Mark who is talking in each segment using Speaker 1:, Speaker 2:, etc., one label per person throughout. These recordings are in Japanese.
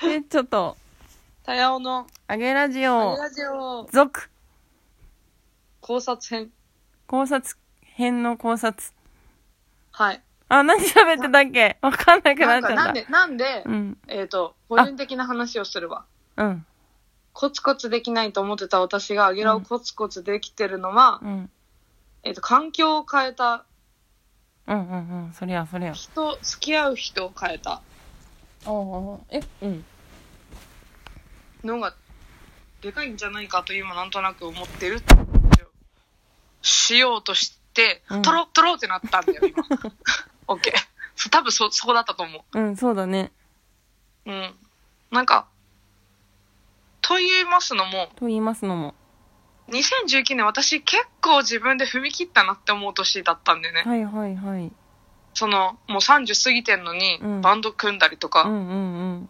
Speaker 1: で、ちょっと、
Speaker 2: たやおの、
Speaker 1: あげラジ
Speaker 2: あ
Speaker 1: オ
Speaker 2: れ、ラジオ、
Speaker 1: 続、
Speaker 2: 考察編。
Speaker 1: 考察編の考察。
Speaker 2: はい。
Speaker 1: あ、何喋ってたっけわかんなくな
Speaker 2: な
Speaker 1: っ
Speaker 2: ん
Speaker 1: ちゃ
Speaker 2: か、
Speaker 1: っ
Speaker 2: なん
Speaker 1: た。
Speaker 2: で、なんで、
Speaker 1: うん、
Speaker 2: えっ、と、個人的な話をするわ。
Speaker 1: うん、
Speaker 2: コツコツできないと思ってた私が、アゲラをコツコツできてるのは、
Speaker 1: うん、
Speaker 2: えっ、と、環境を変えた、
Speaker 1: うん、うん、うん、そりゃ、そりゃ。
Speaker 2: 人、付き合う人を変えた
Speaker 1: ああ、え、うん。
Speaker 2: のが、でかいんじゃないかと今なんとなく思ってる。しようとして
Speaker 1: うん、
Speaker 2: とろ、とろってなったんだよ、 今。オッケー。多分そ、そこだったと思う。
Speaker 1: うん、そうだね。
Speaker 2: うん。なんか、と言いますのも、
Speaker 1: と言いますのも。
Speaker 2: 2019年私結構自分で踏み切ったなって思う年だったんでね。
Speaker 1: はい、はい、はい。
Speaker 2: その、もう30過ぎてんのに
Speaker 1: うん、
Speaker 2: バンド組んだりと
Speaker 1: う
Speaker 2: か、
Speaker 1: ん、うん、うん。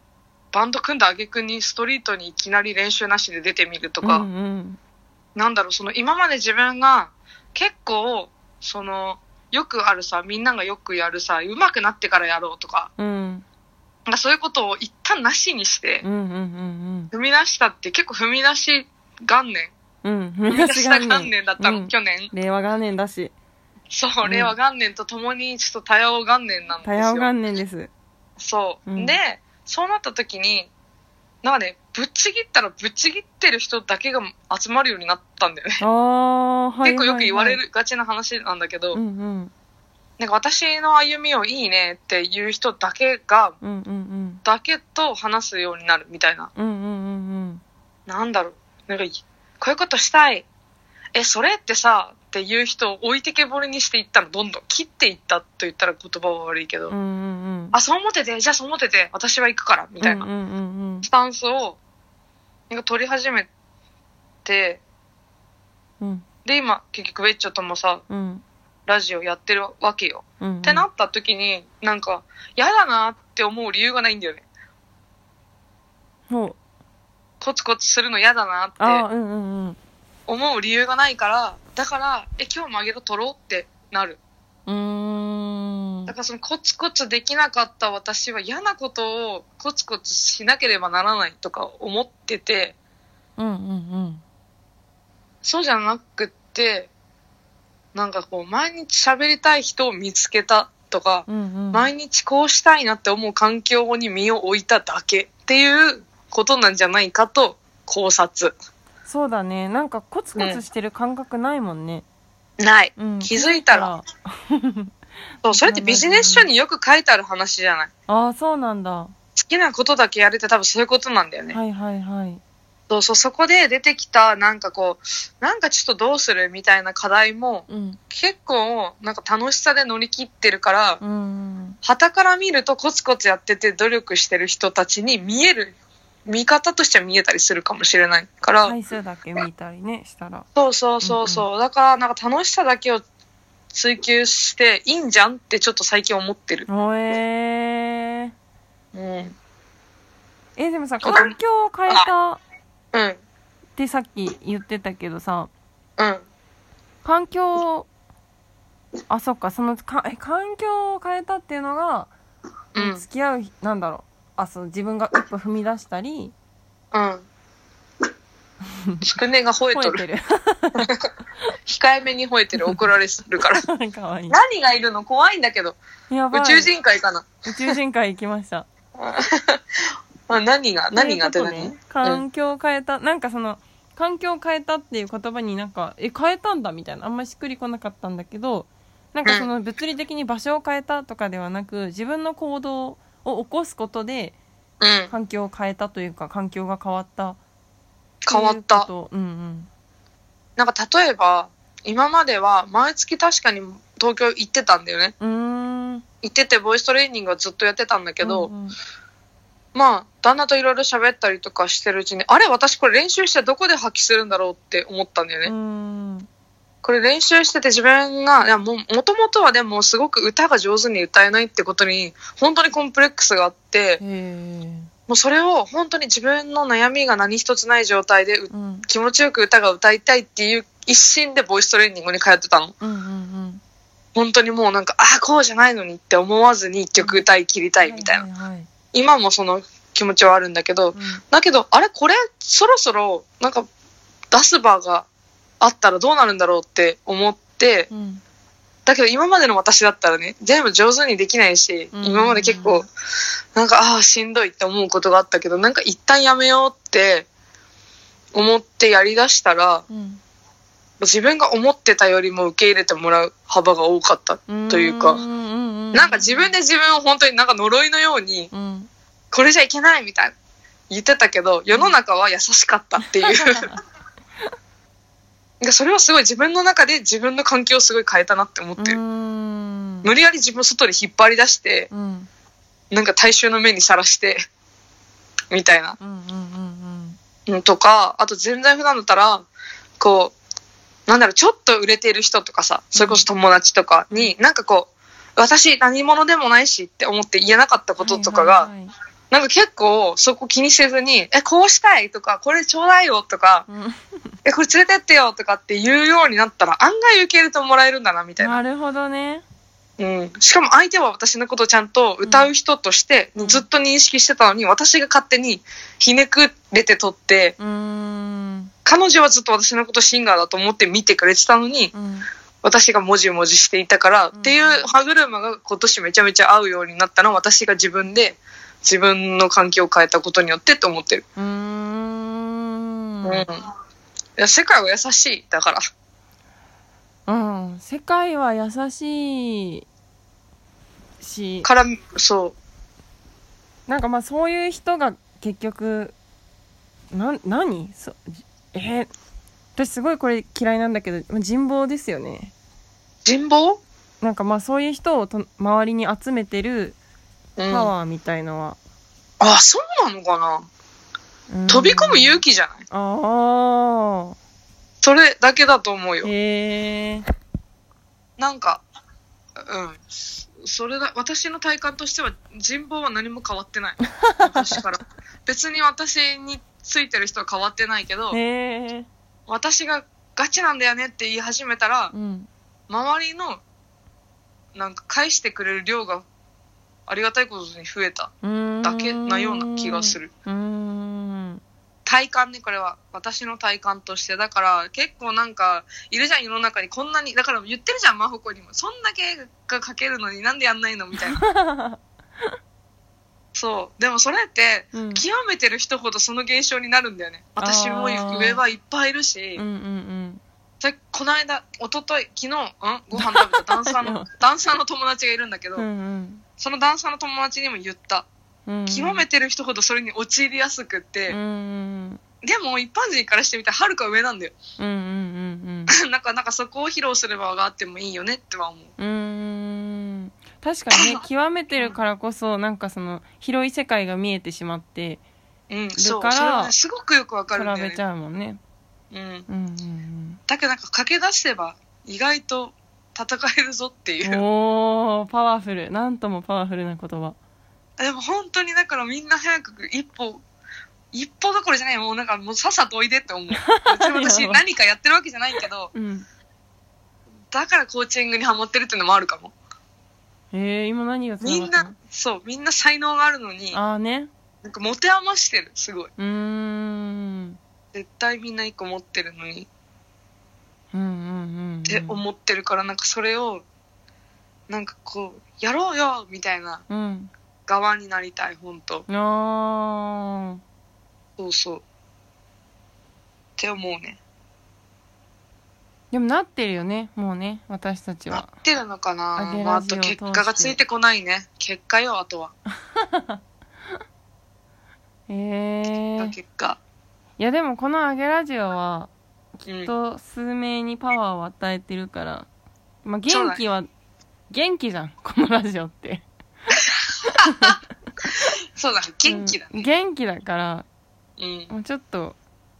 Speaker 2: バンド組んだ挙句にストリートにいきなり練習なしで出てみるとか、
Speaker 1: うん、うん。
Speaker 2: なんだろう、その今まで自分が結構、その、よくあるさ、みんながよくやるさ、上手くなってからやろうとか、
Speaker 1: うん、
Speaker 2: なんかそういうことを一旦なしにして
Speaker 1: うん、う、ん、うん、
Speaker 2: 踏み出したって結構踏み出し元年
Speaker 1: うん。うん、
Speaker 2: 踏み出
Speaker 1: 昔
Speaker 2: し
Speaker 1: が
Speaker 2: た
Speaker 1: ね
Speaker 2: 元年だったの、
Speaker 1: うん
Speaker 2: 去年。
Speaker 1: 令和元年だし、
Speaker 2: そうう、
Speaker 1: ん
Speaker 2: 令和元年とともに、ちょっと多様元年なんです
Speaker 1: 多
Speaker 2: よ。
Speaker 1: 様元年です。
Speaker 2: そう。
Speaker 1: うん
Speaker 2: で、そうなった時に、なんかね、ぶっちぎったらぶっちぎってる人だけが集まるようになったんだよね。
Speaker 1: ああ、はい。
Speaker 2: 結構よく言われ
Speaker 1: る。
Speaker 2: るがちな話なんだけど、
Speaker 1: うん、うん、
Speaker 2: なんか私の歩みをいいねっていう人だけが、
Speaker 1: うん、うん、うん。
Speaker 2: だけと話すようになるみたいな。
Speaker 1: うんうんうん
Speaker 2: なんだろう。なんかい、こういうことしたい。え、それってさ、っていう人を置いてけぼりにしていったの、どんどん切っていったと言ったら言葉は悪いけど、
Speaker 1: うん。うんうんうん。
Speaker 2: あ、そう思ってて、じゃあそう思ってて、私は行くから、みたいな
Speaker 1: うんうんうんうん
Speaker 2: スタンスを、なんか取り始めて、
Speaker 1: うん
Speaker 2: で、今、結局、ウェッチョともさ、
Speaker 1: うん
Speaker 2: ラジオやってるわけよ。
Speaker 1: うん。っ
Speaker 2: ってなった時に、なんか、嫌だなって思う理由がないんだよね。
Speaker 1: そう。
Speaker 2: コツコツするの嫌だな
Speaker 1: あ
Speaker 2: って
Speaker 1: うんうんうん。
Speaker 2: 思う理由がないから、だから、え、今日もあげろ取ろうってなる。
Speaker 1: うーん
Speaker 2: だ。からそのコツコツできなかった私は嫌なことをコツコツしなければならないとか思ってて、
Speaker 1: うんうん
Speaker 2: そうじゃなくって、なんかこう、毎日喋りたい人を見つけたとか、
Speaker 1: うん。うんうん。
Speaker 2: 毎日こうしたいなって思う環境に身を置いただけっていうことなんじゃないかと考察。
Speaker 1: そうだね。なんかコツコツしてる感覚ないもんね。
Speaker 2: ない。
Speaker 1: うん。
Speaker 2: 気づいたら。
Speaker 1: あ
Speaker 2: そう、それってビジネス書によく書いてある話じゃない。
Speaker 1: あ、そうなんだ。は
Speaker 2: 好きなことだけやるって多分そういうことなんだよね。
Speaker 1: いはいはい。
Speaker 2: そうそう、そこで出てきた、なんかこう、なんかちょっとどうするみたいな課題も、
Speaker 1: うん。
Speaker 2: 結構、なんか楽しさで乗り切ってるから
Speaker 1: う、ん。
Speaker 2: 旗から見るとコツコツやってて努力してる人たちに見える、見方としては見えたりするかもしれないから、
Speaker 1: 回数だけ見たりね、したら。
Speaker 2: そうそうそうそう、だからなんか楽しさだけを追求していいんじゃんってちょっと最近思ってる。
Speaker 1: おえー。
Speaker 2: うん。
Speaker 1: え、でもさ、環境を変えたっ
Speaker 2: うん。
Speaker 1: てさっき言ってたけどさ、
Speaker 2: うん。
Speaker 1: 環境をあそっかそのかえ環境を変えたっていうのが、
Speaker 2: うん。
Speaker 1: 付き合うなんだろうあそう自分が一歩踏み出したり
Speaker 2: うん。つくねが吠え
Speaker 1: 吠
Speaker 2: と
Speaker 1: え
Speaker 2: る。
Speaker 1: てる
Speaker 2: 控えめに吠えてる。怒られするから。
Speaker 1: かわいい
Speaker 2: 何がいるの怖いんだけど。
Speaker 1: やばい
Speaker 2: 宇宙人会 かな。
Speaker 1: 宇宙人会行きました
Speaker 2: あ何が 何がっ
Speaker 1: と
Speaker 2: て
Speaker 1: いうこと
Speaker 2: 何
Speaker 1: ね環境を変えた、なんかその環境を変えたっていう言葉になんかえ変えたんだみたいなあんまりしっくりこなかったんだけどなんかその物理的に場所を変えたとかではなく自分の行動を起こすことで
Speaker 2: うん。
Speaker 1: 環境を変えたというか環境が変わった
Speaker 2: 変わっ
Speaker 1: という
Speaker 2: た。
Speaker 1: ことうんうん
Speaker 2: なんか例えば、今までは毎月確かに東京行ってたんだよね。
Speaker 1: うーん
Speaker 2: 行っててボイストレーニングはずっとやってたんだけど、
Speaker 1: うんうん
Speaker 2: まあ、旦那といろいろ喋ったりとかしてるうちに、あれ私これ練習してどこで発揮するんだろうって思ったんだよね。
Speaker 1: うん
Speaker 2: これ練習してて自分が、いやも、もともとはでもすごく歌が上手に歌えないってことに、本当にコンプレックスがあっ
Speaker 1: へ、
Speaker 2: て
Speaker 1: え
Speaker 2: もうそれを本当に自分の悩みが何一つない状態でう
Speaker 1: うん
Speaker 2: 気持ちよく歌が歌いたいっていう一心でボイストレーニングに通ってたの。
Speaker 1: うんうん
Speaker 2: 本当にもうなんか、ああ、こうじゃないのにって思わずに一曲歌い切りたいみたいな。
Speaker 1: な
Speaker 2: 今もその気持ちはあるんだけど、
Speaker 1: うん
Speaker 2: だけど、あれこれ、そろそろ、なんか、出す場があったらどうなるんだろうって思って、
Speaker 1: うん
Speaker 2: だけど今までの私だったらね、全部上手にできないし、
Speaker 1: うん
Speaker 2: 今まで結構、なんか、ああ、しんどいって思うことがあったけど、なんか一旦やめようって思ってやりだしたら、
Speaker 1: うん
Speaker 2: 自分が思ってたよりも受け入れてもらう幅が多かった。
Speaker 1: うん
Speaker 2: というか
Speaker 1: んんうん
Speaker 2: なんか自分で自分を本当になんか呪いのように、
Speaker 1: うん
Speaker 2: これじゃいけないみたいな言ってたけど世の中は優しかった っていうでそれはすごい自分の中で自分の環境をすごい変えたなって思っ
Speaker 1: う
Speaker 2: てる、
Speaker 1: ん
Speaker 2: 無理やり自分を外に引っ張り出して
Speaker 1: うん
Speaker 2: なんか大衆の目にさらしてみたいな
Speaker 1: うんうんうん
Speaker 2: のとかあと全然普段だったらこうなんだろうちょっと売れてる人とかさそれこそ友達とかに、なんかこう私何者でもないしって思って言えなかったこととかが、
Speaker 1: はいはいはい
Speaker 2: なんか結構そこ気にせずに、え、こうしたいとか、これちょうだいよとか、
Speaker 1: うん
Speaker 2: え、これ連れてってよとかって言うようになったら案外受け入れてもらえるんだなみたいな。
Speaker 1: なるほどね
Speaker 2: うん。しかも相手は私のことをちゃんと歌う人として
Speaker 1: うん
Speaker 2: ずっと認識してたのに、私が勝手にひねくれて撮って、
Speaker 1: うーん
Speaker 2: 彼女はずっと私のことシンガーだと思って見てくれてたのに、
Speaker 1: うん
Speaker 2: 私がもじもじしていたから、
Speaker 1: うん
Speaker 2: っていう歯車が今年めちゃめちゃ合うようになったのは私が自分で自分の環境を変えたことによってと思ってる。
Speaker 1: うーん
Speaker 2: うんいや世界は優しいだから
Speaker 1: うん世界は優しいし
Speaker 2: からそ
Speaker 1: なんかまあそういう人が結局なん何そえー私すごいこれ嫌いなんだけどまあ人望ですよね
Speaker 2: う人望
Speaker 1: なんかまあそういう人をと周りに集めてる
Speaker 2: うん
Speaker 1: パ
Speaker 2: あ
Speaker 1: ワーみたいのは、
Speaker 2: そうなのかな、
Speaker 1: うん
Speaker 2: 飛び込む勇気じゃない
Speaker 1: あ
Speaker 2: それだけだと思う
Speaker 1: あ
Speaker 2: よ
Speaker 1: へえ
Speaker 2: なんかうんそれだ私の体感としては人望は何も変わってない昔から 別に私についてる人は変わってないけど
Speaker 1: へえ
Speaker 2: 私がガチなんだよねって言い始めたら
Speaker 1: うん
Speaker 2: 周りのなんか返してくれる量がありがたいことに増えた
Speaker 1: うーん
Speaker 2: だけなような気がす
Speaker 1: る
Speaker 2: る
Speaker 1: うーん
Speaker 2: 体感ねこれは私の体感としてだから結構なんかいるじゃん世の中にこんなにだから言ってるじゃん真帆子にもそんだけが書けるのになんでやんないのみたいな そうでもそれって
Speaker 1: うん
Speaker 2: 極めてる人ほどその現象になるんだよね私も
Speaker 1: あー
Speaker 2: 上はいっぱいいるし、
Speaker 1: うんうん
Speaker 2: さっきこの間一昨日昨日んご飯食べたダンサーのダンサーの友達がいるんだけど、
Speaker 1: うんうん
Speaker 2: そのダンサーの友達にも言った
Speaker 1: うん
Speaker 2: 極めてる人ほどそれに陥りやすくって、
Speaker 1: うんうん
Speaker 2: でも一般人からしてみたらはるか上なんだよ
Speaker 1: うんうん
Speaker 2: なんか、なんかそこを披露する場があってもいいよねっては思う。
Speaker 1: うんうんうーん確かにね極めてるからこそなんかその広い世界が見えてしまって
Speaker 2: うん、そう。
Speaker 1: だから
Speaker 2: それはねすごくよくわか
Speaker 1: 比
Speaker 2: るんだよ
Speaker 1: べち
Speaker 2: ね。
Speaker 1: ゃうもんね
Speaker 2: うん。
Speaker 1: うんうん
Speaker 2: だけどなんか駆け出せば意外と戦えるぞってい
Speaker 1: うん
Speaker 2: う。
Speaker 1: おーパワフルなんともパワフルな言葉
Speaker 2: でも本当にだからみんな早く一歩、一歩どころじゃないもうなんかもうさっさとおいでっ て思う。別に
Speaker 1: や
Speaker 2: 私
Speaker 1: ばい
Speaker 2: 何かやってるわけじゃないけど、
Speaker 1: うん
Speaker 2: だからコーチングにハマってるっていうのもあるかも。
Speaker 1: えー、今何が
Speaker 2: み
Speaker 1: 繋が
Speaker 2: ん
Speaker 1: った
Speaker 2: な、そう、みんな才能があるのに、
Speaker 1: のああね
Speaker 2: なんか持て余してる、すごい。
Speaker 1: うーん
Speaker 2: 絶対みんな一個持ってるのに。
Speaker 1: うんうんうん
Speaker 2: って思ってるからなんかそれをなんかこうやろうよみたいな
Speaker 1: うん
Speaker 2: 側になりたい本当
Speaker 1: あー
Speaker 2: そうそうって思うね
Speaker 1: でもなってるよねもうね私たち
Speaker 2: 合
Speaker 1: は
Speaker 2: ってるのかな
Speaker 1: あげ
Speaker 2: まあ、
Speaker 1: ラ
Speaker 2: あ
Speaker 1: ジオ
Speaker 2: と
Speaker 1: を通し
Speaker 2: 結
Speaker 1: て
Speaker 2: 果がついてこないね結果よあとは、
Speaker 1: えー、
Speaker 2: 結果
Speaker 1: いやでもこの「あげラジオ」は
Speaker 2: う
Speaker 1: きっ
Speaker 2: ん
Speaker 1: と数名にパワーを与えてるから、まあ、
Speaker 2: そう
Speaker 1: 元
Speaker 2: だ
Speaker 1: 気は元気じゃん このラジオって
Speaker 2: そうだね元気だ
Speaker 1: うん
Speaker 2: ね
Speaker 1: 元気だから
Speaker 2: うん
Speaker 1: もうちょっと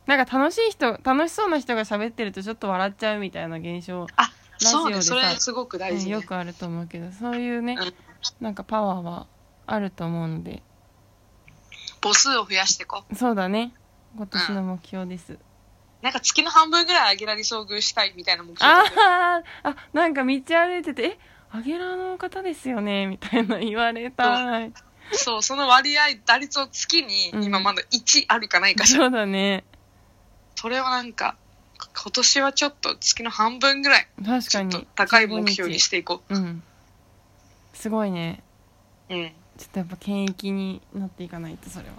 Speaker 1: なんか楽しい人楽しそうな人が喋ってるとちょっと笑っちゃうみたいな現象、
Speaker 2: あ
Speaker 1: ジオでさ
Speaker 2: そうねそれすごく
Speaker 1: う
Speaker 2: 大
Speaker 1: ん
Speaker 2: 事、ね
Speaker 1: よくあると思うけどそういうね
Speaker 2: うん
Speaker 1: なんかパワーはあると思うので
Speaker 2: 母数を増やしていこう
Speaker 1: そうだね今年の目標です、
Speaker 2: なんか月の半分ぐらいアゲラに遭遇したいみたいな目標
Speaker 1: あ
Speaker 2: 立てる
Speaker 1: ーあなんか道歩いてて「えアゲラの方ですよね」みたいな言われたい
Speaker 2: そう、その割合、打率を月に
Speaker 1: うん
Speaker 2: 今まだ1あるかないかしら。
Speaker 1: そうだね。
Speaker 2: それはなんか、今年はちょっと月の半分ぐらい、
Speaker 1: 確
Speaker 2: ち
Speaker 1: か
Speaker 2: ょっ
Speaker 1: に
Speaker 2: と。高い目標にしていこ
Speaker 1: うん。すごいね。
Speaker 2: う。うん。
Speaker 1: ちょっとやっぱ権益になっていかないと、それは。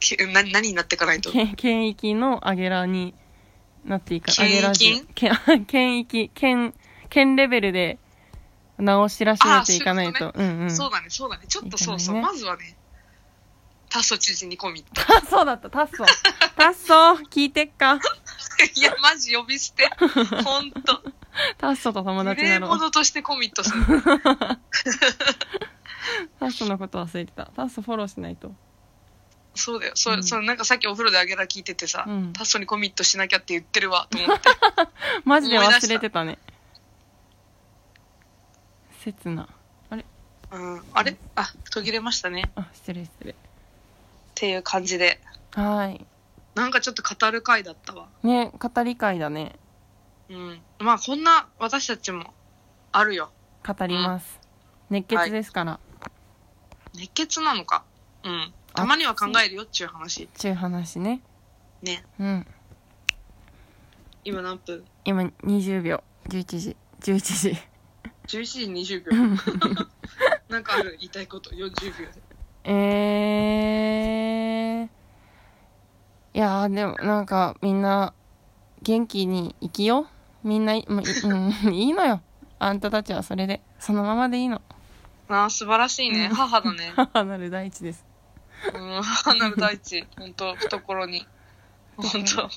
Speaker 2: けな何になっていかないと。
Speaker 1: 権権益の上げらになっていか、
Speaker 2: 権
Speaker 1: 上
Speaker 2: 益
Speaker 1: げらじ。 権権益、権、権レベルで直しらしめていかないと。うんうん。
Speaker 2: そうだね、そうだね。ちょっとそうそう。
Speaker 1: いいかも
Speaker 2: まずはね、タッソ知事に込み入った。
Speaker 1: タッソーだった、タッソー。タッソー、聞いてっか。
Speaker 2: いや、マジ呼び 捨て。ほんと。
Speaker 1: タッソーと友
Speaker 2: 無
Speaker 1: 達な
Speaker 2: 礼
Speaker 1: の。
Speaker 2: 者としてコミットする。
Speaker 1: タッソーのこと忘れてた。タッソーフォローしないと。
Speaker 2: そうだよ。そうう、
Speaker 1: ん
Speaker 2: そう、なんかさっきお風呂であげら聞いててさ、
Speaker 1: うん
Speaker 2: タッソにコミットしなきゃって言ってるわ、と思って。
Speaker 1: マジで忘れてたね。刹那。
Speaker 2: うん。あれあ、途切れましたね。っ
Speaker 1: あ、失礼失礼。
Speaker 2: ていう感じで。
Speaker 1: はーい。
Speaker 2: なんかちょっと語る回だったわ。
Speaker 1: ね、語り会だね。
Speaker 2: うん。まあ、こんな私たちもあるよ。
Speaker 1: 語ります。熱血ですから。
Speaker 2: 熱血なのか。うん。たまには考えるよっちゅう話。
Speaker 1: ちゅう話ね。
Speaker 2: ね。
Speaker 1: うん。
Speaker 2: 今何分
Speaker 1: 今20秒。11時。11時。
Speaker 2: ?11 時20秒。 なんかある言いたいこと40秒で。
Speaker 1: えー。いやー、でもなんかみんな元気に生きよう。みんない、もういうん、 いいのよ。あんたたちはそれで。そのままでいいの。
Speaker 2: ああ、素晴らしいね。
Speaker 1: うん
Speaker 2: 母だね。
Speaker 1: 母なる第一です。
Speaker 2: うん、母なる大地。本当懐に。本当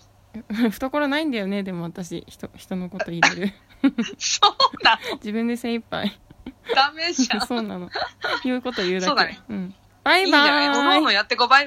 Speaker 1: 懐ないんだよね、でも私、人、人のこと言える。
Speaker 2: そうだ。
Speaker 1: 自分で精一杯。
Speaker 2: ダメじゃん。
Speaker 1: そうなの。言うこと言うだけ。
Speaker 2: そうだね
Speaker 1: うん。バ
Speaker 2: いい
Speaker 1: イ
Speaker 2: んじ
Speaker 1: バ
Speaker 2: ゃないおのお
Speaker 1: ーイ
Speaker 2: のやってこバイ